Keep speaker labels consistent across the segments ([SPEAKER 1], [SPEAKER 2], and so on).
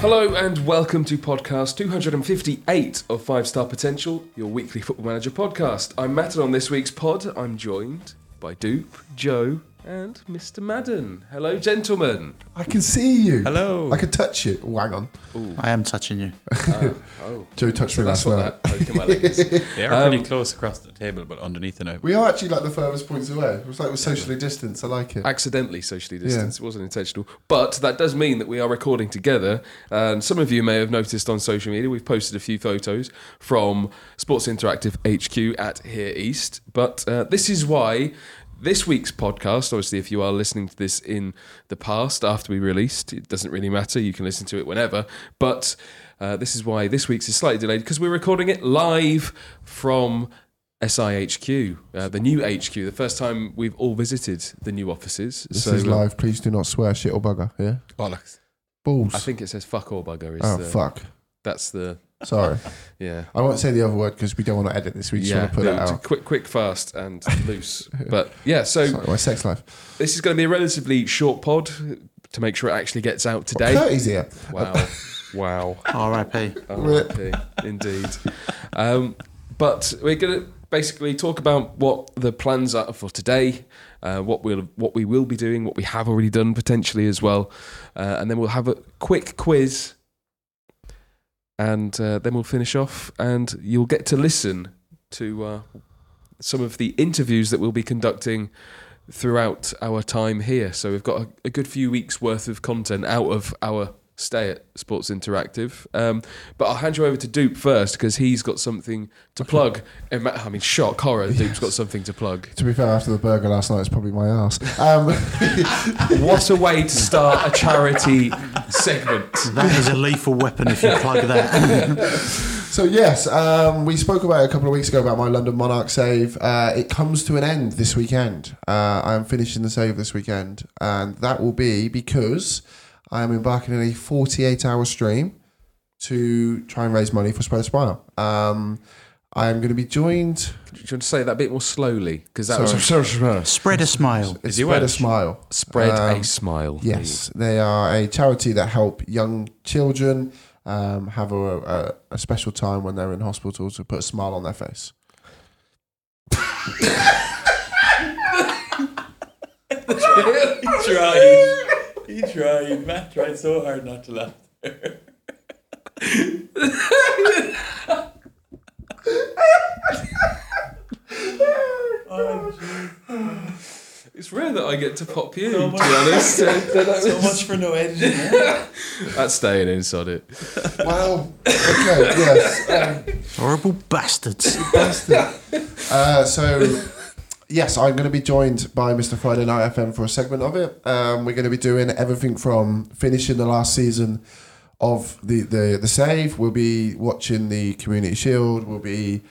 [SPEAKER 1] Hello and welcome to podcast 258 of Five Star Potential, your weekly football manager podcast. I'm Matt, and on this week's pod, I'm joined by Dupe, Joe, and Mr. Madden. Hello, gentlemen.
[SPEAKER 2] I can see you.
[SPEAKER 3] Hello.
[SPEAKER 2] I can touch you. Oh, hang on.
[SPEAKER 4] I am touching you.
[SPEAKER 1] Oh,
[SPEAKER 2] Joe touched me
[SPEAKER 1] that's
[SPEAKER 2] last
[SPEAKER 1] what
[SPEAKER 2] night.
[SPEAKER 1] that poke in my leg is.
[SPEAKER 3] They are
[SPEAKER 2] Um,
[SPEAKER 3] pretty close across the table, but underneath the note.
[SPEAKER 2] We are actually like the furthest points away. It was like we're socially distanced. I like it.
[SPEAKER 1] Accidentally socially distanced. It wasn't intentional. But that does mean that we are recording together. And some of you may have noticed on social media, we've posted a few photos from Sports Interactive HQ at Here East. But uh, this is why this week's podcast, obviously, if you are listening to this in the past after we released, it doesn't really matter. You can listen to it whenever. But uh, this is why this week's is slightly delayed because we're recording it live from SIHQ, uh, the new HQ, the first time we've all visited the new offices.
[SPEAKER 2] This
[SPEAKER 1] so uh,
[SPEAKER 2] is live. Please do not swear, shit or bugger. Yeah.
[SPEAKER 3] Bollocks.
[SPEAKER 2] Balls.
[SPEAKER 1] I think uh, it says fuck or bugger. Is
[SPEAKER 2] oh
[SPEAKER 1] the,
[SPEAKER 2] fuck.
[SPEAKER 1] That's the,
[SPEAKER 2] Sorry.
[SPEAKER 1] yeah.
[SPEAKER 2] I won't say the other word because we don't want to edit this. We just
[SPEAKER 1] yeah,
[SPEAKER 2] want to put
[SPEAKER 1] no,
[SPEAKER 2] that
[SPEAKER 1] t-
[SPEAKER 2] out.
[SPEAKER 1] quick, quick, fast, and loose. But yeah, so
[SPEAKER 2] Sorry, my sex life.
[SPEAKER 1] this is going to be a relatively short pod to make sure it actually gets out today.
[SPEAKER 2] Curtis here.
[SPEAKER 1] Wow. wow.
[SPEAKER 4] R.I.P.
[SPEAKER 1] R.I.P. Indeed. Um, but we're going to basically talk about what the plans are for today, uh, what we'll what we will be doing, what we have already done potentially as well, uh, and then we'll have a quick quiz, and uh, then we'll finish off, and you'll get to listen to uh, some of the interviews that we'll be conducting. Throughout our time here, so we've got a, a good few weeks worth of content out of our stay at Sports Interactive. Um, but I'll hand you over to Dupe first because he's got something to plug. Ima- I mean, shock, horror. Dupe's got something to plug.
[SPEAKER 2] To be fair, after the burger last night, it's probably my ass. Um,
[SPEAKER 1] What a way to start a charity segment.
[SPEAKER 4] That is a lethal weapon if you plug that.
[SPEAKER 2] So yes, um, we spoke about it a couple of weeks ago about my London Monarch save. Uh, it comes to an end this weekend. Uh, I am finishing the save this weekend, and that will be because I am embarking on a 48-hour stream to try and raise money for Spread Spire. Um, I am going to be joined.
[SPEAKER 1] Do you want to say that a bit more slowly? Because that was
[SPEAKER 2] Oh, Sorry.
[SPEAKER 4] Spread a smile.
[SPEAKER 2] It's
[SPEAKER 3] he
[SPEAKER 2] Spread a
[SPEAKER 3] Welsh?
[SPEAKER 2] smile.
[SPEAKER 1] spread
[SPEAKER 2] Um,
[SPEAKER 1] a smile.
[SPEAKER 2] Yes, they are a charity that help young children um, have a, a, a special time when they're in hospital to put a smile on their face.
[SPEAKER 3] He tried. He tried. Matt tried so hard not to laugh.
[SPEAKER 1] It's rare that I get to pop you,
[SPEAKER 2] Oh,
[SPEAKER 1] to be honest. Uh, that-
[SPEAKER 3] So much for no editing. eh?
[SPEAKER 1] That's staying inside it.
[SPEAKER 2] Wow. Okay. Yes.
[SPEAKER 4] Horrible bastards.
[SPEAKER 2] Uh, so, yes, I'm going to be joined by Mr. Friday Night FM for a segment of it. Um, we're going to be doing everything from finishing the last season of the the, the save. We'll be watching the Community Shield. We'll be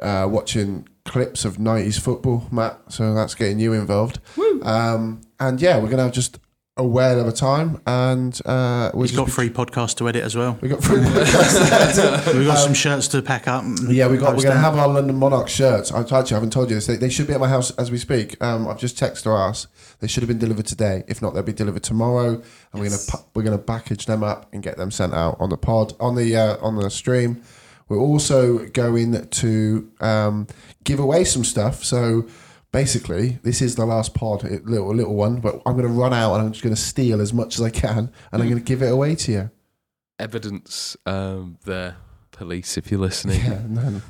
[SPEAKER 2] uh, watching clips of 90s football, Matt. So that's getting you involved. Um, and yeah, we're going to have just a whale of a time. And uh, we've
[SPEAKER 4] He's got free podcasts to edit as well.
[SPEAKER 2] We got free.
[SPEAKER 4] We've got some shirts to pack up. and
[SPEAKER 2] Um, Yeah, we got. We're
[SPEAKER 4] post
[SPEAKER 2] going to
[SPEAKER 4] out.
[SPEAKER 2] have our London Monarch shirts. I actually I haven't told you this. They, they should be at my house as we speak. Um, I've just texted or asked. They should have been delivered today. If not, they'll be delivered tomorrow. And we're going to we're going to package them up and get them sent out on the pod on the uh, on the stream. We're also going to um, give away some stuff. So basically, this is the last pod, a little a little one. But I'm going to run out and I'm just going to steal as much as I can, and
[SPEAKER 4] Mm.
[SPEAKER 2] I'm going to give it away to you.
[SPEAKER 1] Evidence um, there. Police, if you're listening.
[SPEAKER 2] Yeah, no.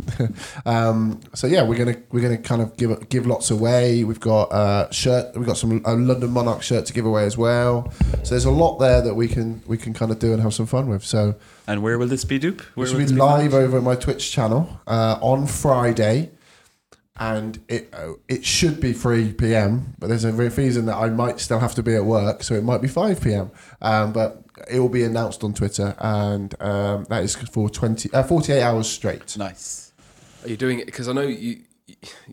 [SPEAKER 2] um, so yeah, we're gonna we're gonna kind of give give lots away. We've got uh, shirt, we've got some a London Monarch shirt to give away as well. So there's a lot there that we can we can kind of do and have some fun with. So
[SPEAKER 3] And where will this be, Dupe? Where
[SPEAKER 2] this
[SPEAKER 3] will
[SPEAKER 2] will be
[SPEAKER 3] this
[SPEAKER 2] live over at my Twitch channel uh, on Friday, and it oh, it should be three p.m. But there's a re- reason that I might still have to be at work, so it might be five p.m. Um, but it will be announced on Twitter, and um, that is for 20, uh, 48 hours straight.
[SPEAKER 3] Nice.
[SPEAKER 1] Are you doing it? Because I know you,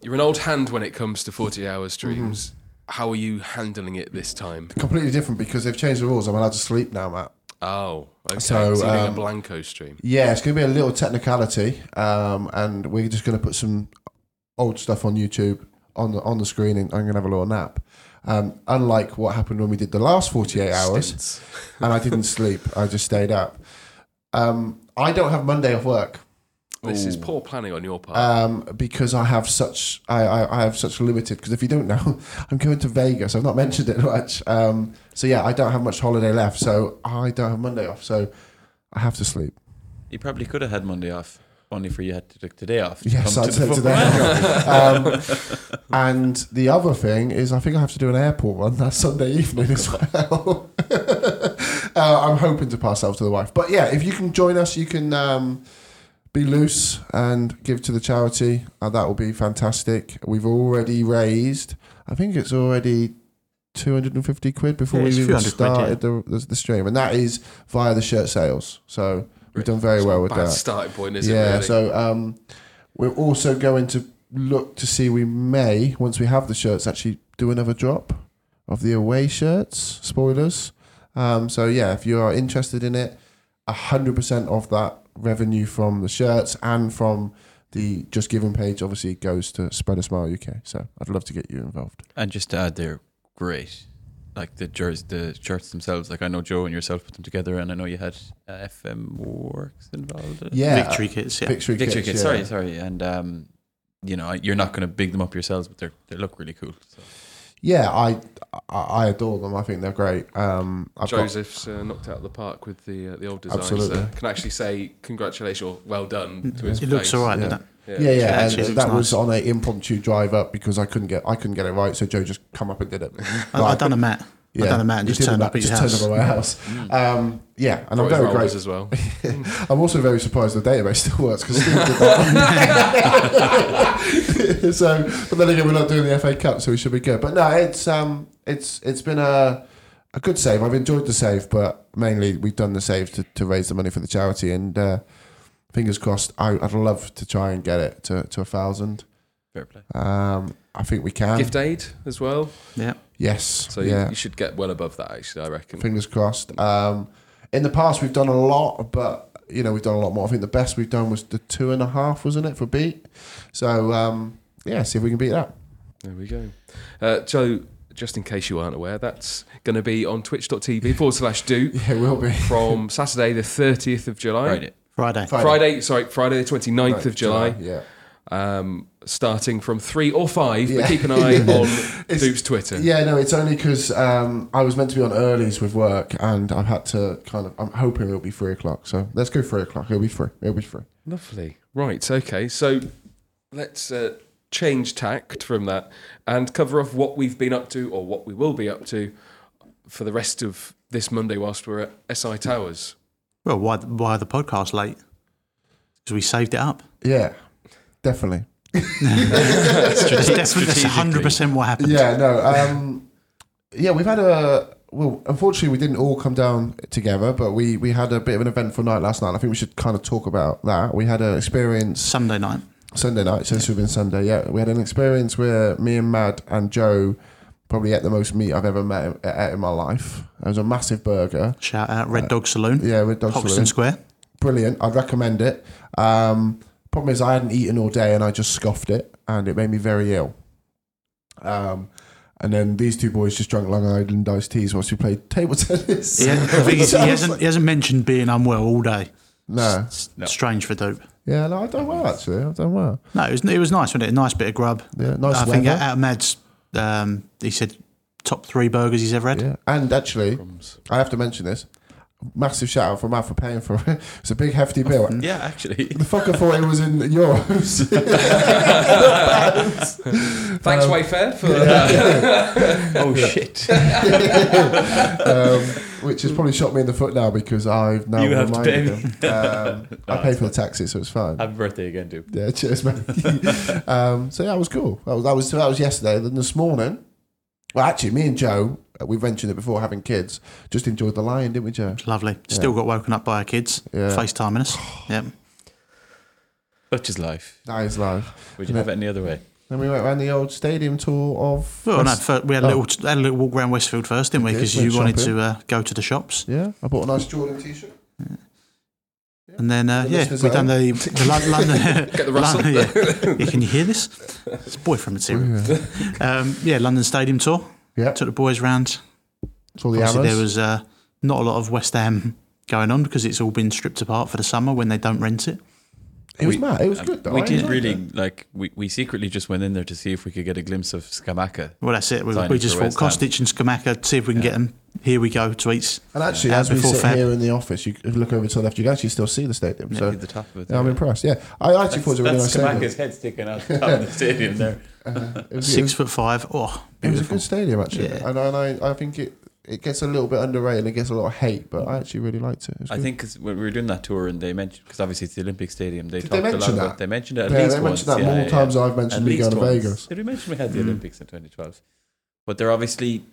[SPEAKER 1] you're an old hand when it comes to 40 hour streams.
[SPEAKER 2] Mm-hmm.
[SPEAKER 1] How are you handling it this time?
[SPEAKER 2] completely different because they've changed the rules. I'm allowed to sleep now, Matt.
[SPEAKER 1] Oh, okay. So,
[SPEAKER 2] So,
[SPEAKER 1] you're doing a
[SPEAKER 2] um,
[SPEAKER 1] Blanco stream.
[SPEAKER 2] Yeah, it's going to be a little technicality, um, and we're just going to put some old stuff on YouTube on the on the screen, and I'm going to have a little nap. Um, unlike what happened when we did the last 48 hours,
[SPEAKER 1] Stints.
[SPEAKER 2] and I didn't sleep. I just stayed up. Um, I don't have Monday off work
[SPEAKER 1] This is poor planning on your part.
[SPEAKER 2] um, because I have such I, I, I have such limited. Because if you don't know, I'm going to Vegas. I've not mentioned it much. Um, so yeah, I don't have much holiday left. So I don't have Monday off. So I have to sleep.
[SPEAKER 3] You probably could have had Monday off, only for you had to take today off. to
[SPEAKER 2] Yes,
[SPEAKER 3] come
[SPEAKER 2] I'd
[SPEAKER 3] to the
[SPEAKER 2] say
[SPEAKER 3] football
[SPEAKER 2] today.
[SPEAKER 3] match.
[SPEAKER 2] um, and the other thing is, I think I have to do an airport one that Sunday evening as well. uh, I'm hoping to pass out to the wife. But yeah, if you can join us, you can um, be loose and give to the charity. Uh, that will be fantastic. We've already raised, I think it's already. 250 quid before
[SPEAKER 4] Yeah,
[SPEAKER 2] we
[SPEAKER 4] it's a
[SPEAKER 2] even
[SPEAKER 4] few hundred quid,
[SPEAKER 2] started the, the, the stream, and that is via the shirt sales. So we've done very well with
[SPEAKER 1] Bad
[SPEAKER 2] that
[SPEAKER 1] starting point, is
[SPEAKER 2] yeah,
[SPEAKER 1] it? Really?
[SPEAKER 2] so um, we're also going to look to see we may, once we have the shirts, actually do another drop of the away shirts. Spoilers. Um, so yeah, if you are interested in it, hundred percent of that revenue from the shirts and from the Just Giving page obviously goes to Spread a Smile UK. So I'd love to get you involved.
[SPEAKER 3] And just to add, they're great. Like the jerseys, the shirts themselves. Like I know Joe and yourself put them together, and I know you had uh, FM Works involved.
[SPEAKER 2] Yeah,
[SPEAKER 4] Victory kits, yeah.
[SPEAKER 2] Victory,
[SPEAKER 3] Victory
[SPEAKER 2] kits,
[SPEAKER 3] Kids.
[SPEAKER 2] yeah.
[SPEAKER 3] Sorry, sorry. And um, you know, you're not going to big them up yourselves, but they're they look really cool. So.
[SPEAKER 2] Yeah, I, I I adore them. I think they're great. Um, I've got-
[SPEAKER 1] Joseph's uh, knocked out of the park with the uh, the old designs.
[SPEAKER 2] Absolutely.
[SPEAKER 1] there. Can actually say congratulations or well done to his
[SPEAKER 4] It looks
[SPEAKER 1] face.
[SPEAKER 4] all right,
[SPEAKER 2] Yeah.
[SPEAKER 4] doesn't it?
[SPEAKER 2] Yeah, yeah,
[SPEAKER 4] Yeah,
[SPEAKER 2] and
[SPEAKER 4] actually, it
[SPEAKER 2] that
[SPEAKER 4] looks
[SPEAKER 2] was on an impromptu drive up because I couldn't get I couldn't get it right, so Joe just come up and did it.
[SPEAKER 4] I, I done a mat. I done a mat and
[SPEAKER 2] You
[SPEAKER 4] just
[SPEAKER 2] did
[SPEAKER 4] turned
[SPEAKER 2] that,
[SPEAKER 4] up at your
[SPEAKER 2] just
[SPEAKER 4] house. Mm.
[SPEAKER 2] turned up at my house. Um, yeah, and I'm
[SPEAKER 1] Brought his
[SPEAKER 2] very
[SPEAKER 1] rollers
[SPEAKER 2] grateful.
[SPEAKER 1] as well.
[SPEAKER 2] I'm also very surprised the database still works because Steve did that. so, but then again, we're not doing the FA Cup, so we should be good. But no, it's um, it's it's been a a good save. I've enjoyed the save, but mainly we've done the save to, to raise the money for the charity. And uh, fingers crossed, I, I'd love to try and get it to to a thousand.
[SPEAKER 3] Fair play.
[SPEAKER 2] Um, I think we can.
[SPEAKER 1] Gift aid as well.
[SPEAKER 4] Yeah.
[SPEAKER 2] yes.
[SPEAKER 1] So you,
[SPEAKER 2] yeah.
[SPEAKER 1] you should get well above that, actually, I reckon.
[SPEAKER 2] Fingers crossed. Um, in the past, we've done a lot, but you know we've done a lot more. I think the best we've done was the two and a half, wasn't it, for beat? So um, yeah, see if we can beat that.
[SPEAKER 1] There we go. Uh, so, just in case you aren't aware, that's going to be on twitch.tv forward slash do
[SPEAKER 2] Yeah, we'll be.
[SPEAKER 1] from Saturday, the 30th of July.
[SPEAKER 3] Right.
[SPEAKER 4] Friday.
[SPEAKER 2] Friday.
[SPEAKER 1] Friday, sorry, Friday the 29th of July,
[SPEAKER 2] Yeah.
[SPEAKER 1] um, starting from 3 or 5,
[SPEAKER 2] Yeah.
[SPEAKER 1] but keep an eye
[SPEAKER 2] Yeah.
[SPEAKER 1] on
[SPEAKER 2] It's-
[SPEAKER 1] Dupe's Twitter.
[SPEAKER 2] Yeah, no, it's only because um, I was meant to be on earlies with work, and I've had to kind of. I'm hoping it'll be three o'clock. So let's go three o'clock. It'll be free. It'll be free.
[SPEAKER 1] Lovely. Right. Okay. So let's uh, change tact from that and cover off what we've been up to or what we will be up to for the rest of this Monday whilst we're at SI Towers.
[SPEAKER 4] Well, why, why the podcast late? Because we saved it up.
[SPEAKER 2] Yeah, definitely.
[SPEAKER 4] That's definitely that's 100% what happened.
[SPEAKER 2] Yeah, no. Um, yeah, we've had a well. Unfortunately, we didn't all come down together, but we we had a bit of an eventful night last night. I think we should kind of talk about that. We had an experience
[SPEAKER 4] Sunday night.
[SPEAKER 2] Sunday night. So this would have been Sunday. Yeah, we had an experience where me and Mad and Joe probably ate the most meat I've ever met ate in my life. It was a massive burger.
[SPEAKER 4] Shout out Red Dog Saloon,
[SPEAKER 2] Uh, Yeah, with dogs.
[SPEAKER 4] Hoxton Square.
[SPEAKER 2] Brilliant. I'd recommend it. Um, problem is, I hadn't eaten all day and I just scoffed it, and it made me very ill. Um, and then these two boys just drank Long Island iced teas whilst we played table tennis.
[SPEAKER 4] Yeah, the thing is,
[SPEAKER 2] So
[SPEAKER 4] he
[SPEAKER 2] I was
[SPEAKER 4] hasn't he hasn't mentioned being unwell all day.
[SPEAKER 2] No.
[SPEAKER 4] S- strange for Dope.
[SPEAKER 2] Yeah, no, I've done well actually. I've done well.
[SPEAKER 4] No, it was it was nice, wasn't it? A nice bit of grub.
[SPEAKER 2] Yeah, nice
[SPEAKER 4] I think
[SPEAKER 2] weather.
[SPEAKER 4] out of Mads, um, he said top three burgers he's ever had.
[SPEAKER 2] Yeah. And actually, I have to mention this. Massive shout out for Matt for paying for it. It's a big hefty bill.
[SPEAKER 3] Yeah, actually.
[SPEAKER 2] The fucker thought it was in euros.
[SPEAKER 1] Thanks, Wayfair, for
[SPEAKER 3] oh shit!
[SPEAKER 2] um, which has probably shot me in the foot now because I've now
[SPEAKER 3] You have to
[SPEAKER 2] reminded
[SPEAKER 3] pay
[SPEAKER 2] them. Um, I pay for the taxi, so it's fine.
[SPEAKER 3] Happy birthday again, dude.
[SPEAKER 2] Yeah, cheers, mate. um, so yeah, that was cool. That was, that was that was yesterday. Then this morning, well, actually, me and Joe, uh, we've mentioned it before, having kids, just enjoyed the lion, didn't we, Joe?
[SPEAKER 4] Lovely. Still got woken up by our kids,
[SPEAKER 2] Yeah.
[SPEAKER 4] FaceTiming us. yep.
[SPEAKER 3] Such is life.
[SPEAKER 2] That is live.
[SPEAKER 3] Would you have it any other way?
[SPEAKER 2] Then we went around the old stadium tour of.
[SPEAKER 4] Well, no,
[SPEAKER 2] West-
[SPEAKER 4] fir- we had a,
[SPEAKER 2] Oh.
[SPEAKER 4] little, had a little walk around Westfield first, didn't we?
[SPEAKER 2] We did,
[SPEAKER 4] Because
[SPEAKER 2] went
[SPEAKER 4] you wanted
[SPEAKER 2] shopping.
[SPEAKER 4] to uh, go to the shops.
[SPEAKER 2] Yeah, I bought a nice Jordan T-shirt.
[SPEAKER 4] And then, uh,
[SPEAKER 2] The
[SPEAKER 4] yeah,
[SPEAKER 2] listeners
[SPEAKER 4] we
[SPEAKER 2] at
[SPEAKER 4] done the, the Lon- London. Get
[SPEAKER 1] the rustle.
[SPEAKER 4] yeah. Can you hear this? It's boyfriend material.
[SPEAKER 2] Mm.
[SPEAKER 4] Um, yeah, London Stadium tour.
[SPEAKER 2] Yeah,
[SPEAKER 4] Took the boys round.
[SPEAKER 2] it's all the
[SPEAKER 4] Obviously,
[SPEAKER 2] arrows.
[SPEAKER 4] there was uh, not a lot of West Ham going on because it's all been stripped apart for the summer when they don't rent it.
[SPEAKER 2] It was
[SPEAKER 3] We-
[SPEAKER 2] mad. It was
[SPEAKER 3] Um,
[SPEAKER 2] good though.
[SPEAKER 3] We
[SPEAKER 2] I
[SPEAKER 3] did
[SPEAKER 2] enjoyed
[SPEAKER 3] really
[SPEAKER 2] it.
[SPEAKER 3] like we, we secretly just went in there to see if we could get a glimpse of Skamaka.
[SPEAKER 4] Well, that's it. We,
[SPEAKER 3] Signing
[SPEAKER 4] we just
[SPEAKER 3] for
[SPEAKER 4] thought
[SPEAKER 3] West Ham.
[SPEAKER 4] Kostic and Skamaka, see if we can get 'em. get them. Here we go, tweets.
[SPEAKER 2] And actually,
[SPEAKER 4] Uh,
[SPEAKER 2] as we
[SPEAKER 4] before
[SPEAKER 2] sit
[SPEAKER 4] Feb.
[SPEAKER 2] here in the office, you if you look over to the left, you can actually still see the stadium. So
[SPEAKER 3] At the top of it.
[SPEAKER 2] yeah, I'm impressed. Yeah, I actually thought it was a really nice
[SPEAKER 3] That's
[SPEAKER 2] stadium.
[SPEAKER 3] Skamaka's head sticking out the top of the stadium there.
[SPEAKER 2] It was, it
[SPEAKER 4] Six
[SPEAKER 2] was,
[SPEAKER 4] foot five.
[SPEAKER 2] it
[SPEAKER 4] Oh,
[SPEAKER 2] was a
[SPEAKER 4] beautiful.
[SPEAKER 2] good stadium actually,
[SPEAKER 4] Yeah.
[SPEAKER 2] and, I, and I, I think it it gets a little bit underrated and it gets a lot of hate, but I actually really liked it. it was
[SPEAKER 3] I
[SPEAKER 2] good.
[SPEAKER 3] think 'cause when we were doing that tour and they mentioned because obviously it's the Olympic Stadium. They
[SPEAKER 2] Did they
[SPEAKER 3] talked a lot
[SPEAKER 2] mention
[SPEAKER 3] about
[SPEAKER 2] that?
[SPEAKER 3] they mentioned it at
[SPEAKER 2] Yeah,
[SPEAKER 3] least
[SPEAKER 2] they mentioned
[SPEAKER 3] once.
[SPEAKER 2] that
[SPEAKER 3] Yeah,
[SPEAKER 2] more
[SPEAKER 3] yeah,
[SPEAKER 2] times
[SPEAKER 3] yeah.
[SPEAKER 2] I've mentioned
[SPEAKER 3] At
[SPEAKER 2] me
[SPEAKER 3] least
[SPEAKER 2] going to
[SPEAKER 3] once.
[SPEAKER 2] Vegas.
[SPEAKER 3] Did we mention we had the
[SPEAKER 4] Mm.
[SPEAKER 3] Olympics in 2012? But they're obviously,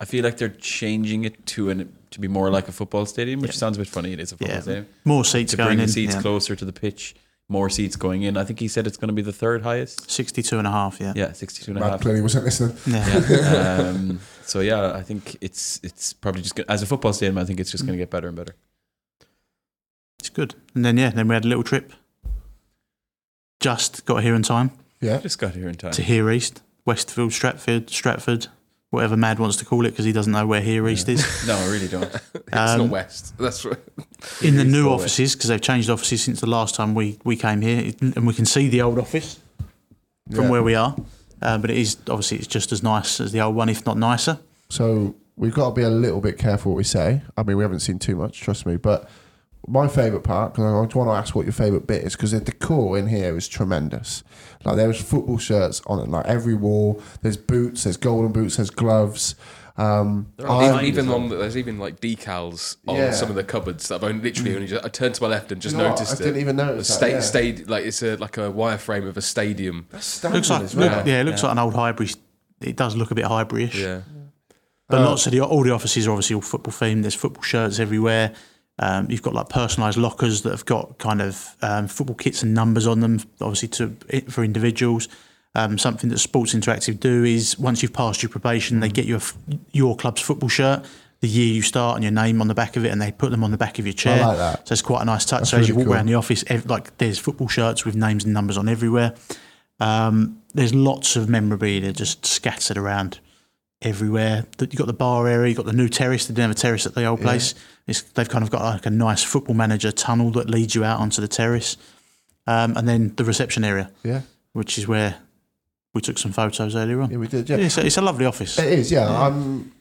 [SPEAKER 3] I feel like they're changing it to an to be more like a football stadium, which
[SPEAKER 4] Yeah.
[SPEAKER 3] sounds a bit funny. It is a football
[SPEAKER 4] Yeah.
[SPEAKER 3] stadium.
[SPEAKER 4] More seats
[SPEAKER 3] To
[SPEAKER 4] going
[SPEAKER 3] bring the
[SPEAKER 4] in.
[SPEAKER 3] seats
[SPEAKER 4] yeah.
[SPEAKER 3] closer to the pitch, more seats going in. I think he said it's going to be the third highest.
[SPEAKER 4] 62 and a half, yeah.
[SPEAKER 3] Yeah, 62 and a
[SPEAKER 2] Matt
[SPEAKER 3] half.
[SPEAKER 2] clearly wasn't listening.
[SPEAKER 4] Yeah.
[SPEAKER 3] Yeah. um, so yeah, I think it's it's probably just gonna, as a football stadium. I think it's just going to get better and better.
[SPEAKER 4] It's good. And then, yeah, then we had a little trip. Just got here in time
[SPEAKER 2] Yeah,
[SPEAKER 3] I just got here in time.
[SPEAKER 4] to Here East, Westfield, Stratford, Stratford, whatever Mad wants to call it because he doesn't know where Here East
[SPEAKER 3] Yeah.
[SPEAKER 4] is.
[SPEAKER 3] No, I really don't.
[SPEAKER 1] It's
[SPEAKER 4] Um,
[SPEAKER 1] not West. That's right.
[SPEAKER 4] In the
[SPEAKER 3] East
[SPEAKER 4] new
[SPEAKER 3] or West.
[SPEAKER 4] offices, because they've changed offices since the last time we, we came here, it- and we can see the old office from
[SPEAKER 2] Yeah.
[SPEAKER 4] where we are. Uh, but it is obviously it's just as nice as the old one, if not nicer.
[SPEAKER 2] So we've got to be a little bit careful what we say. I mean, we haven't seen too much, trust me. But my favourite part, because I want to ask what your favourite bit is, because the decor in here is tremendous. Like there was football shirts on like every wall. There's boots. There's golden boots. There's gloves. Um,
[SPEAKER 3] They're all
[SPEAKER 2] I-
[SPEAKER 3] fine.
[SPEAKER 1] even
[SPEAKER 3] design.
[SPEAKER 1] on the, there's even like decals on
[SPEAKER 2] Yeah.
[SPEAKER 1] some of the cupboards that I've only literally only just, I turned to my left and
[SPEAKER 2] Do
[SPEAKER 1] just
[SPEAKER 2] you know what?
[SPEAKER 1] noticed
[SPEAKER 2] I didn't
[SPEAKER 1] it.
[SPEAKER 2] even
[SPEAKER 1] The
[SPEAKER 2] notice.
[SPEAKER 1] sta-
[SPEAKER 2] that, yeah.
[SPEAKER 1] stayed like it's a like a wireframe of a stadium.
[SPEAKER 2] That's standard
[SPEAKER 4] Looks like
[SPEAKER 2] as well.
[SPEAKER 4] look, yeah, it looks
[SPEAKER 3] Yeah.
[SPEAKER 4] like an old Highbury. It does look a bit Highbury-ish.
[SPEAKER 1] Yeah,
[SPEAKER 4] But
[SPEAKER 2] Uh,
[SPEAKER 4] lots of the all the offices are obviously all football themed. There's football shirts everywhere. Um, you've got like personalised lockers that have got kind of um, football kits and numbers on them, obviously to for individuals. Um, something that Sports Interactive do is once you've passed your probation, they get you a f your club's football shirt, the year you start, and your name on the back of it, and they put them on the back of your chair.
[SPEAKER 2] like that.
[SPEAKER 4] So it's quite a nice touch.
[SPEAKER 2] That's
[SPEAKER 4] so as you
[SPEAKER 2] really
[SPEAKER 4] walk
[SPEAKER 2] cool.
[SPEAKER 4] around the office, ev- like there's football shirts with names and numbers on everywhere. Um, there's lots of memorabilia just scattered around everywhere. Th- You've got the bar area, you've got the new terrace. They didn't have a terrace at the old place. It's, they've kind of got like a nice football manager tunnel that leads you out onto the terrace. Um, and then the reception area,
[SPEAKER 2] Yeah,
[SPEAKER 4] which is where we took some photos earlier on.
[SPEAKER 2] yeah, we did.
[SPEAKER 4] Yeah,
[SPEAKER 2] Yeah,
[SPEAKER 4] it's, a, it's a lovely office.
[SPEAKER 2] It is, yeah.
[SPEAKER 4] Yeah.
[SPEAKER 2] Um,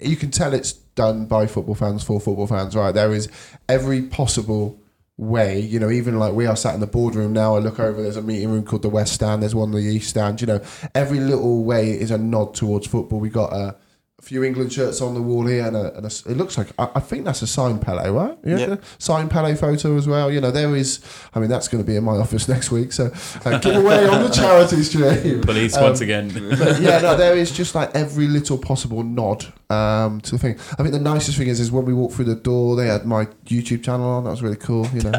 [SPEAKER 2] you can tell it's done by football fans for football fans, right? There is every possible way, you know, even like we are sat in the boardroom now, I look over, there's a meeting room called the West Stand, there's one in the East Stand, you know, every little way is a nod towards football. We got a few England shirts on the wall here, and, a, and a, it looks like, I, I think that's a signed Pele, right? Yeah.
[SPEAKER 4] Yep.
[SPEAKER 2] Signed Pele photo as well. You know, there is, I mean, that's going to be in my office next week, so uh, give away on the charity stream.
[SPEAKER 3] Police
[SPEAKER 2] Um,
[SPEAKER 3] once again.
[SPEAKER 2] but yeah, no, there is just like every little possible nod um, to the thing. I think the nicest thing is is when we walked through the door, they had my YouTube channel on. That was really cool, you know.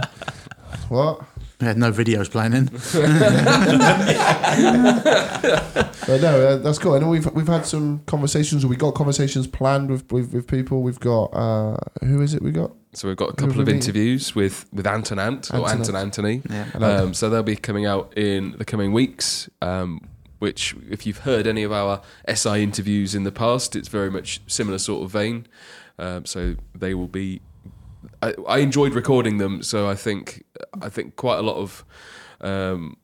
[SPEAKER 2] what?
[SPEAKER 4] We had no videos playing in.
[SPEAKER 2] But no, uh, that's cool. And we've we've had some conversations. We got conversations planned with with, with people. We've got uh, who is it? We got
[SPEAKER 1] so we've got a
[SPEAKER 2] Who
[SPEAKER 1] couple
[SPEAKER 2] we
[SPEAKER 1] of
[SPEAKER 2] meeting?
[SPEAKER 1] interviews with with Anton Ant or
[SPEAKER 2] Anton
[SPEAKER 1] Anton Anthony.
[SPEAKER 4] Yeah.
[SPEAKER 2] Anton.
[SPEAKER 1] Um, so they'll be coming out in the coming weeks. Um, which, if you've heard any of our SI interviews in the past, it's very much similar sort of vein. Um, so they will be. I, I enjoyed recording them, so I think I think quite a lot of um,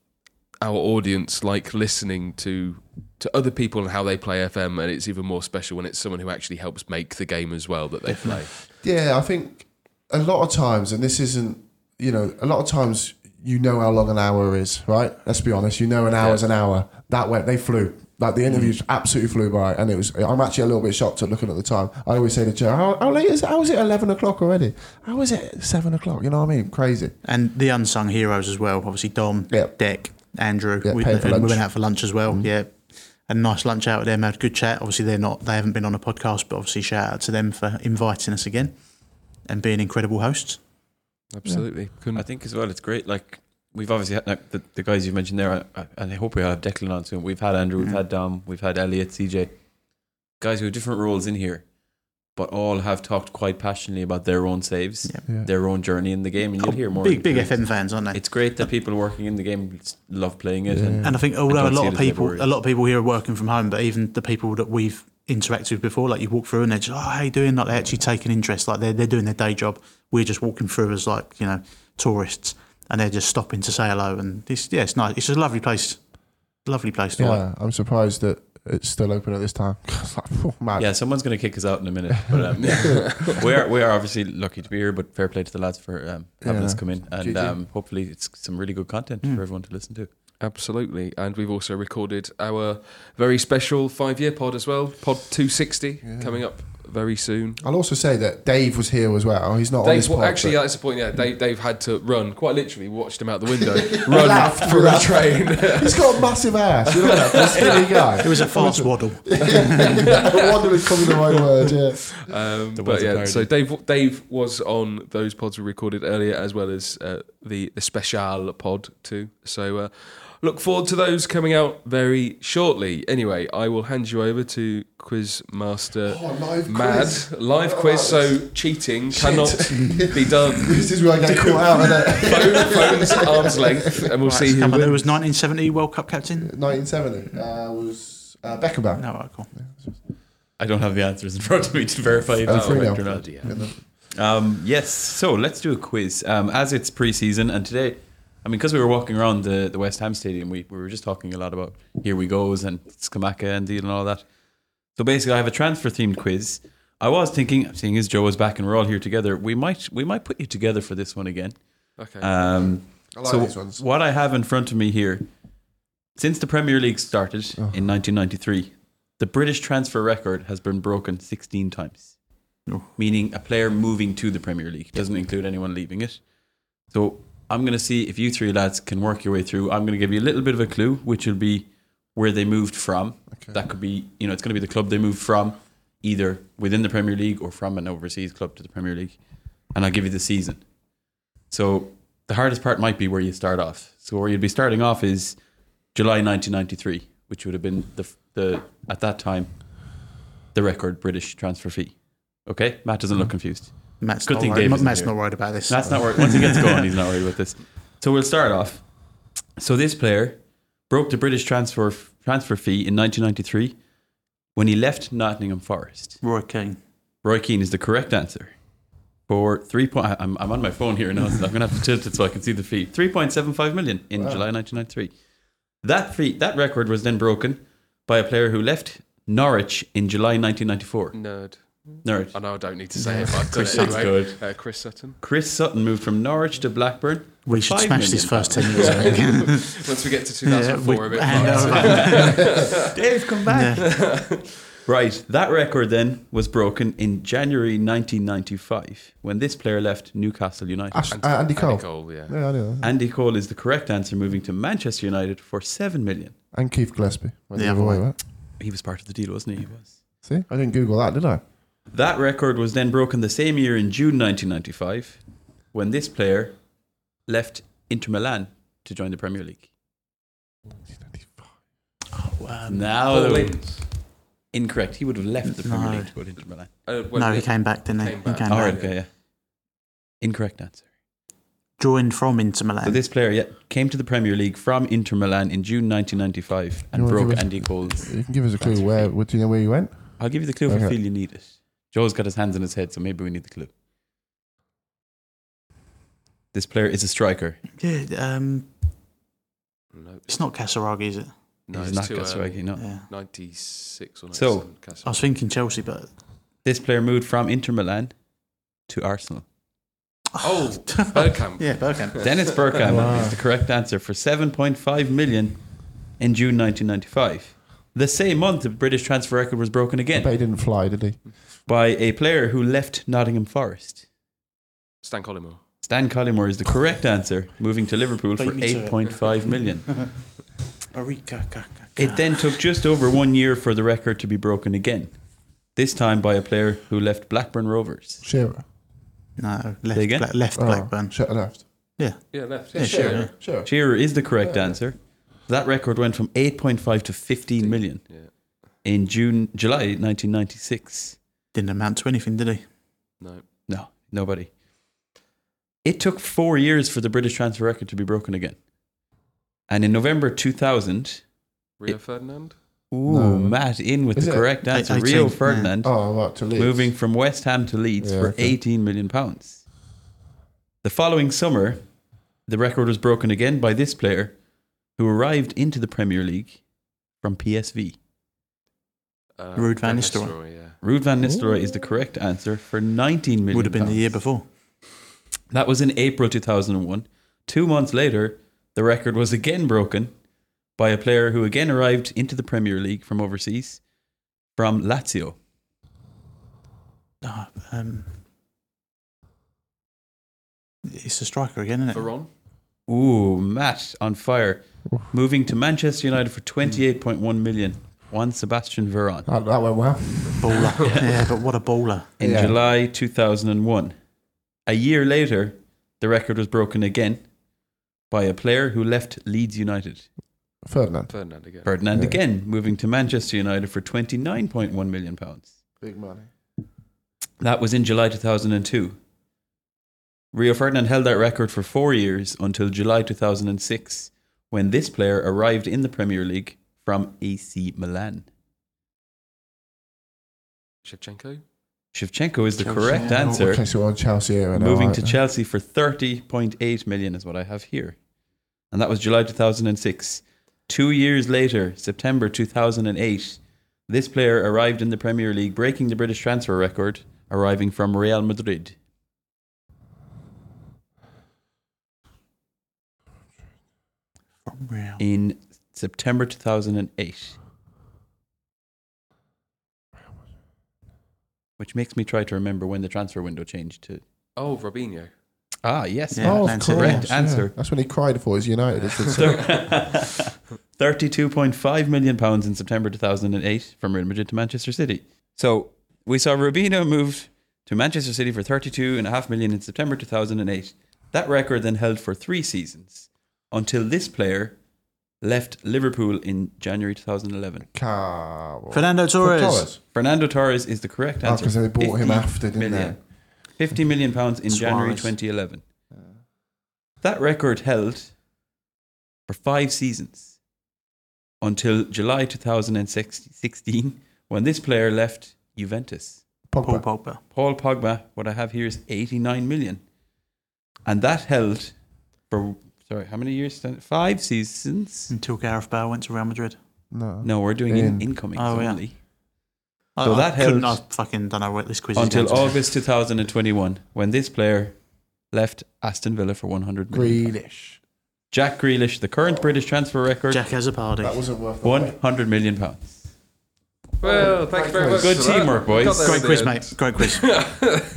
[SPEAKER 1] our audience like listening to to other people and how they play FM, and it's even more special when it's someone who actually helps make the game as well that they play.
[SPEAKER 2] Yeah, I think a lot of times, and this isn't, you know, a lot of times you know how long an hour is, right? Let's be honest, you know an hour is an hour. That went, they flew. Like the interviews absolutely flew by, and it was. I'm actually a little bit shocked at looking at the time. I always say to Joe, "How, how late is? it? How is it? Eleven o'clock already? How is it? Seven o'clock? You know what I mean? Crazy.
[SPEAKER 4] And the unsung heroes as well, obviously Dom,
[SPEAKER 2] Yeah.
[SPEAKER 4] Deck, Andrew.
[SPEAKER 2] Yeah,
[SPEAKER 4] we,
[SPEAKER 2] paying for
[SPEAKER 4] and we
[SPEAKER 2] lunch. Mm-hmm.
[SPEAKER 4] went out for lunch as well. Yeah. A nice lunch out with them, had a good chat. Obviously they're not they haven't been on a podcast, but obviously shout out to them for inviting us again and being incredible hosts.
[SPEAKER 1] Absolutely,
[SPEAKER 3] I
[SPEAKER 1] couldn't.
[SPEAKER 3] think as well, it's great. Like we've obviously had like, the, the guys you mentioned there, I- I- and I hope we have Declan on soon. We've had Andrew, we've
[SPEAKER 4] Mhm.
[SPEAKER 3] had Dom, we've had Elliot, CJ, guys who have different roles in here, but all have talked quite passionately about their own saves,
[SPEAKER 4] Yeah. Oh,
[SPEAKER 2] Yeah.
[SPEAKER 3] their own journey in the game, and you'll hear more.
[SPEAKER 4] big big
[SPEAKER 3] interviews.
[SPEAKER 4] FM fans, aren't they?
[SPEAKER 3] It's great that people working in the game s- love playing it,
[SPEAKER 2] Yeah.
[SPEAKER 3] and
[SPEAKER 4] and I think although a
[SPEAKER 3] don't see
[SPEAKER 4] lot
[SPEAKER 3] it
[SPEAKER 4] of
[SPEAKER 3] as their
[SPEAKER 4] people
[SPEAKER 3] worries.
[SPEAKER 4] a lot of people here are working from home, but even the people that we've interacted with before. Like you walk through and they're just, oh, how you doing? Like they actually take an interest. Like they're, they're doing their day job. We're just walking through as like, you know, tourists and they're just stopping to say hello. And this, yeah, it's nice. It's a lovely place. Lovely place to
[SPEAKER 2] Yeah,
[SPEAKER 4] like.
[SPEAKER 2] I'm surprised that it's still open at this time. It's like, oh, phew, mad.
[SPEAKER 3] Yeah, someone's going to kick us out in a minute. But um, we are we are obviously lucky to be here. But fair play to the lads for um, having
[SPEAKER 2] Yeah.
[SPEAKER 3] us come in, and
[SPEAKER 2] GG.
[SPEAKER 3] um, hopefully it's some really good content
[SPEAKER 4] Mm.
[SPEAKER 3] for everyone to listen to.
[SPEAKER 1] Absolutely. And we've also recorded our very special five year pod as well, Pod 260, coming up very soon.
[SPEAKER 2] I'll also say that Dave was here as well. He's not on
[SPEAKER 1] Dave,
[SPEAKER 2] this
[SPEAKER 1] well,
[SPEAKER 2] pod,
[SPEAKER 1] actually,
[SPEAKER 2] but-
[SPEAKER 1] that's the point. Yeah, Dave, Dave had to run, quite literally, watched him out the window, run through the train.
[SPEAKER 2] he's got a massive ass. You know that for a skinny guy.
[SPEAKER 4] It was a fast waddle.
[SPEAKER 2] I wonder if it's coming the right word. Yeah.
[SPEAKER 1] Um,
[SPEAKER 3] The
[SPEAKER 1] but
[SPEAKER 3] words of
[SPEAKER 1] yeah, so Dave Dave was on those pods we recorded earlier, as well as uh, the the special pod too. So uh, look forward to those coming out very shortly. Anyway, I will hand you over to Quiz Master
[SPEAKER 2] Oh, live
[SPEAKER 1] Mad
[SPEAKER 2] quiz. Oh,
[SPEAKER 1] live
[SPEAKER 2] What
[SPEAKER 1] quiz.
[SPEAKER 2] about
[SPEAKER 1] So cheating cannot be done.
[SPEAKER 2] This is where I get caught out. Isn't it?
[SPEAKER 1] Phone, phones at arm's length, and we'll see who
[SPEAKER 4] Come on, who
[SPEAKER 1] wins.
[SPEAKER 4] was 1970 World Cup captain?
[SPEAKER 2] 1970 uh, was uh, Beckenbauer.
[SPEAKER 4] No, all right, cool.
[SPEAKER 3] I don't have the answers in front of me to verify if
[SPEAKER 2] Oh,
[SPEAKER 3] it's
[SPEAKER 2] three
[SPEAKER 3] correct
[SPEAKER 2] now.
[SPEAKER 3] or not. Um, yes, so let's do a quiz. Um, as it's pre-season, and today, I mean, because we were walking around the, the West Ham Stadium, we, we were just talking a lot about here we goes and Skamaka and deal and all that. So basically, I have a transfer-themed quiz. I was thinking, seeing as Joe is back and we're all here together, we might we might put you together for this one again.
[SPEAKER 1] Okay.
[SPEAKER 3] Um,
[SPEAKER 2] I like
[SPEAKER 3] so
[SPEAKER 2] these ones.
[SPEAKER 3] what I have in front of me here, since the Premier League started
[SPEAKER 2] Oh.
[SPEAKER 3] in 1993, the British transfer record has been broken 16 times,
[SPEAKER 4] Oh.
[SPEAKER 3] meaning a player moving to the Premier League doesn't include anyone leaving it. So I'm going to see if you three lads can work your way through. I'm going to give you a little bit of a clue, which will be where they moved from. That could be, you know, it's going to be the club they moved from, either within the Premier League or from an overseas club to the Premier League. And I'll give you the season. So the hardest part might be where you start off. So where you'd be starting off is July 1993, which would have been the the at that time the record British transfer fee. Okay, Matt doesn't look confused.
[SPEAKER 4] Matt's,
[SPEAKER 3] Good
[SPEAKER 4] not,
[SPEAKER 3] thing
[SPEAKER 4] worried.
[SPEAKER 3] Dave isn't
[SPEAKER 4] Matt's
[SPEAKER 3] here.
[SPEAKER 4] not worried about this.
[SPEAKER 3] That's not worried. Once he gets going, he's not worried about this. So we'll start off. So this player broke the British transfer transfer fee in 1993 when he left Nottingham Forest.
[SPEAKER 4] Roy Keane.
[SPEAKER 3] Roy Keane is the correct answer for three point. I- I'm, I'm on my phone here now, so I'm gonna have to tilt it so I can see the fee. Three point seven five million in July 1993. That fee, that record was then broken by a player who left Norwich in July 1994.
[SPEAKER 1] Nerd.
[SPEAKER 3] Norwich.
[SPEAKER 1] I know I don't need to say it, but I've done
[SPEAKER 3] Chris
[SPEAKER 1] it anyway.
[SPEAKER 3] Sutton's
[SPEAKER 1] Uh, Chris Sutton.
[SPEAKER 3] Chris Sutton moved from Norwich to Blackburn.
[SPEAKER 4] We should
[SPEAKER 3] Five
[SPEAKER 4] smash this
[SPEAKER 3] million
[SPEAKER 4] first 10 years. I think.
[SPEAKER 1] Once we get to
[SPEAKER 4] Yeah, uh,
[SPEAKER 1] 2004, we're a bit
[SPEAKER 4] hand
[SPEAKER 1] far.
[SPEAKER 4] over.
[SPEAKER 3] Dave, come back. right, that record then was broken in January 1995 when this player left Newcastle United.
[SPEAKER 2] Ash, uh, Andy Cole.
[SPEAKER 1] Cole, yeah.
[SPEAKER 2] Yeah, I know. that.
[SPEAKER 3] Andy Cole is the correct answer, moving to Manchester United for seven million.
[SPEAKER 2] And Keith Gillespie. Went
[SPEAKER 4] The
[SPEAKER 2] the
[SPEAKER 4] other
[SPEAKER 2] other way,
[SPEAKER 4] way.
[SPEAKER 2] right?
[SPEAKER 3] He was part of the deal, wasn't he? He was.
[SPEAKER 2] See, I didn't Google that, did I?
[SPEAKER 3] That record was then broken the same year in June 1995 when this player left Inter Milan to join the Premier League.
[SPEAKER 4] Wow.
[SPEAKER 3] Now,
[SPEAKER 1] Paul
[SPEAKER 3] though,
[SPEAKER 1] Lins.
[SPEAKER 3] incorrect. He would have left the Premier
[SPEAKER 4] No.
[SPEAKER 3] League to go to Inter Milan.
[SPEAKER 1] Uh, well,
[SPEAKER 4] No,
[SPEAKER 1] yeah.
[SPEAKER 4] he came back, didn't he?
[SPEAKER 1] Came
[SPEAKER 4] He
[SPEAKER 1] back.
[SPEAKER 4] came
[SPEAKER 3] All
[SPEAKER 4] back.
[SPEAKER 3] right, okay, yeah. Incorrect answer.
[SPEAKER 4] Joined from Inter
[SPEAKER 3] So
[SPEAKER 4] Milan.
[SPEAKER 3] this player yeah, came to the Premier League from Inter Milan in June 1995 and
[SPEAKER 2] You wanna
[SPEAKER 3] broke
[SPEAKER 2] give us-
[SPEAKER 3] Andy Cole's.
[SPEAKER 2] You can give us a clue.
[SPEAKER 3] That's
[SPEAKER 2] Where? What, do you know where you went?
[SPEAKER 3] I'll give you the clue if you
[SPEAKER 2] Okay.
[SPEAKER 3] feel you need it. Joe's got his hands in his head, so maybe we need the clue. This player is a striker.
[SPEAKER 4] yeah, um,
[SPEAKER 1] No,
[SPEAKER 4] it's not Casaraghi, is it?
[SPEAKER 1] no,
[SPEAKER 3] He's
[SPEAKER 1] it's
[SPEAKER 3] not
[SPEAKER 1] too early.
[SPEAKER 3] Casaraghi, no.
[SPEAKER 4] Yeah.
[SPEAKER 1] 96 or
[SPEAKER 3] So-
[SPEAKER 1] 97. Casper.
[SPEAKER 4] I was thinking Chelsea, but
[SPEAKER 3] This player moved from Inter Milan to Arsenal.
[SPEAKER 1] Oh, Bergkamp.
[SPEAKER 4] yeah, Bergkamp.
[SPEAKER 3] Dennis Bergkamp
[SPEAKER 2] Wow.
[SPEAKER 3] is the correct answer for 7.5 million in June 1995. The same month, the British transfer record was broken
[SPEAKER 2] I bet
[SPEAKER 3] again
[SPEAKER 2] he didn't fly, did he?
[SPEAKER 3] by a player who left Nottingham Forest.
[SPEAKER 1] Stan Collymore.
[SPEAKER 3] Stan Collymore is the correct answer, moving to Liverpool
[SPEAKER 4] Beat
[SPEAKER 3] for
[SPEAKER 4] me to it.
[SPEAKER 3] 8.5 million.
[SPEAKER 4] Arica, ca, ca,
[SPEAKER 3] It then took just over one year for the record to be broken again, this time by a player who left Blackburn Rovers.
[SPEAKER 2] Shearer.
[SPEAKER 4] no
[SPEAKER 3] Say
[SPEAKER 4] left,
[SPEAKER 3] again?
[SPEAKER 4] Bla- left
[SPEAKER 2] Oh,
[SPEAKER 4] Blackburn.
[SPEAKER 2] Shearer left.
[SPEAKER 4] Yeah,
[SPEAKER 1] Yeah, left.
[SPEAKER 4] Yeah, Shearer.
[SPEAKER 1] Shearer.
[SPEAKER 2] Shearer.
[SPEAKER 3] Shearer is the correct answer. That record went from 8.5 to 15 million.
[SPEAKER 1] Yeah.
[SPEAKER 3] in June, July 1996.
[SPEAKER 4] didn't amount to anything, did he?
[SPEAKER 1] No.
[SPEAKER 3] No, nobody. It took four years for the British transfer record to be broken again. And in November 2000,
[SPEAKER 1] Rio
[SPEAKER 3] It-
[SPEAKER 1] Ferdinand?
[SPEAKER 3] Ooh, Matt in with
[SPEAKER 2] Is
[SPEAKER 3] the
[SPEAKER 2] it?
[SPEAKER 3] correct answer.
[SPEAKER 4] Eighteen,
[SPEAKER 3] Rio
[SPEAKER 4] yeah.
[SPEAKER 3] Ferdinand
[SPEAKER 2] Oh, right, to Leeds.
[SPEAKER 3] moving from West Ham to Leeds
[SPEAKER 2] Yeah,
[SPEAKER 3] for
[SPEAKER 2] okay.
[SPEAKER 3] 18 million pounds. The following summer, the record was broken again by this player who arrived into the Premier League from PSV.
[SPEAKER 1] Uh,
[SPEAKER 4] Ruud van Nistelrooy.
[SPEAKER 1] yeah.
[SPEAKER 3] Ruud van Nistelrooy is the correct answer for 19 million.
[SPEAKER 4] Would have been the
[SPEAKER 3] pounds.
[SPEAKER 4] year before.
[SPEAKER 3] That was in April 2001. Two months later, the record was again broken by a player who again arrived into the Premier League from overseas from Lazio.
[SPEAKER 4] Ah, um, it's a striker again, isn't it?
[SPEAKER 1] Veron.
[SPEAKER 3] Ooh, Matt on fire. Moving to Manchester United for 28.1 million. Juan Sebastian Veron
[SPEAKER 2] That, that went well.
[SPEAKER 4] Baller. yeah, but what a baller.
[SPEAKER 3] in
[SPEAKER 2] Yeah.
[SPEAKER 3] July 2001. A year later, the record was broken again by a player who left Leeds United.
[SPEAKER 2] Ferdinand.
[SPEAKER 1] Ferdinand again.
[SPEAKER 3] Ferdinand
[SPEAKER 2] Yeah.
[SPEAKER 3] again, moving to Manchester United for 29.1 million pounds.
[SPEAKER 2] Big money.
[SPEAKER 3] That was in July 2002. Rio Ferdinand held that record for four years until July 2006, when this player arrived in the Premier League from AC Milan.
[SPEAKER 1] Shevchenko.
[SPEAKER 3] Shevchenko is the correct answer.
[SPEAKER 2] Okay, so we're on Chelsea here. and
[SPEAKER 3] Moving
[SPEAKER 2] all
[SPEAKER 3] to
[SPEAKER 2] right.
[SPEAKER 3] Chelsea for 30.8 million is what I have here. And that was July 2006. Two years later, September 2008, this player arrived in the Premier League, breaking the British transfer record, arriving from Real Madrid.
[SPEAKER 4] From Real.
[SPEAKER 3] in September 2008. Which makes me try to remember when the transfer window changed to.
[SPEAKER 1] Oh, Robinho.
[SPEAKER 3] Ah, yes.
[SPEAKER 4] Yeah,
[SPEAKER 2] oh, of
[SPEAKER 4] that's
[SPEAKER 2] course.
[SPEAKER 3] correct
[SPEAKER 2] yeah.
[SPEAKER 3] answer.
[SPEAKER 2] That's when he cried for his United. It's just-
[SPEAKER 3] £32.5 million pounds in September 2008 from Real Madrid to Manchester City. So we saw Rubino move to Manchester City for £32.5 million in September 2008. That record then held for three seasons until this player left Liverpool in January 2011.
[SPEAKER 2] Car-
[SPEAKER 4] Fernando Torres.
[SPEAKER 3] Fernando Torres is the correct
[SPEAKER 2] Oh,
[SPEAKER 3] answer.
[SPEAKER 2] 'cause they bought him
[SPEAKER 3] 50
[SPEAKER 2] after, didn't
[SPEAKER 3] million. Fifty million pounds in
[SPEAKER 4] Suarez.
[SPEAKER 3] January 2011. That record held for five seasons until July 2016, when this player left Juventus.
[SPEAKER 4] Paul
[SPEAKER 2] Pogba.
[SPEAKER 4] Pogba.
[SPEAKER 3] Paul Pogba. What I have here is 89 million, and that held for sorry, how many years? Five seasons.
[SPEAKER 4] Until Gareth Bale went to Real Madrid.
[SPEAKER 2] No.
[SPEAKER 3] No, we're doing in,
[SPEAKER 2] In.
[SPEAKER 3] incoming
[SPEAKER 4] Oh, yeah.
[SPEAKER 3] only.
[SPEAKER 4] I,
[SPEAKER 3] So
[SPEAKER 4] I
[SPEAKER 3] that
[SPEAKER 4] couldn't-
[SPEAKER 3] helps.
[SPEAKER 4] I fucking don't know what this quiz is.
[SPEAKER 3] until
[SPEAKER 4] down to.
[SPEAKER 3] August 2021, when this player left Aston Villa for 100 million.
[SPEAKER 2] Greenish.
[SPEAKER 3] Jack Grealish, the current British transfer record,
[SPEAKER 4] Jack has a party.
[SPEAKER 2] That wasn't worth the wait.
[SPEAKER 3] 100 million pounds.
[SPEAKER 1] Well, Oh, thank you very much.
[SPEAKER 3] Good
[SPEAKER 1] for that.
[SPEAKER 3] teamwork, boys.
[SPEAKER 1] Got there
[SPEAKER 4] Great
[SPEAKER 1] in
[SPEAKER 4] quiz,
[SPEAKER 1] the
[SPEAKER 4] mate. Great quiz.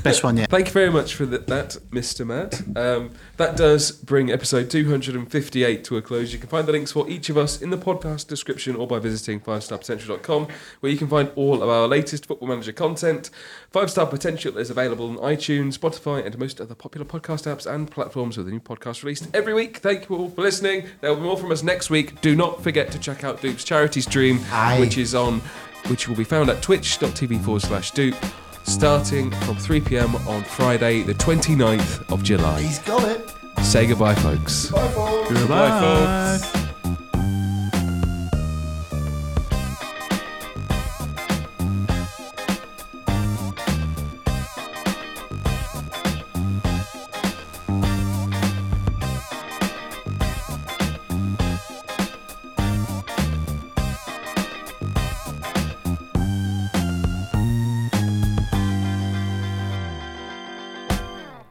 [SPEAKER 4] Best one yet.
[SPEAKER 1] Thank you very much for th- that, Mr. Matt. Um, that does bring episode 258 to a close. You can find the links for each of us in the podcast description or by visiting 5starpotential.com, where you can find all of our latest Football Manager content. 5 Star Potential is available on iTunes, Spotify, and most other popular podcast apps and platforms with a new podcast released every week. Thank you all for listening. There will be more from us next week. Do not forget to check out Duke's charity stream,
[SPEAKER 2] Aye.
[SPEAKER 1] which is on which will be found at twitch.tv forward slash Duke, starting from 3 pm on Friday, the 29th of July.
[SPEAKER 2] He's got it.
[SPEAKER 1] Say goodbye, folks.
[SPEAKER 2] Bye, Paul.
[SPEAKER 3] Goodbye, folks.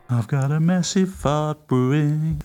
[SPEAKER 4] I've got a massive fart brewing.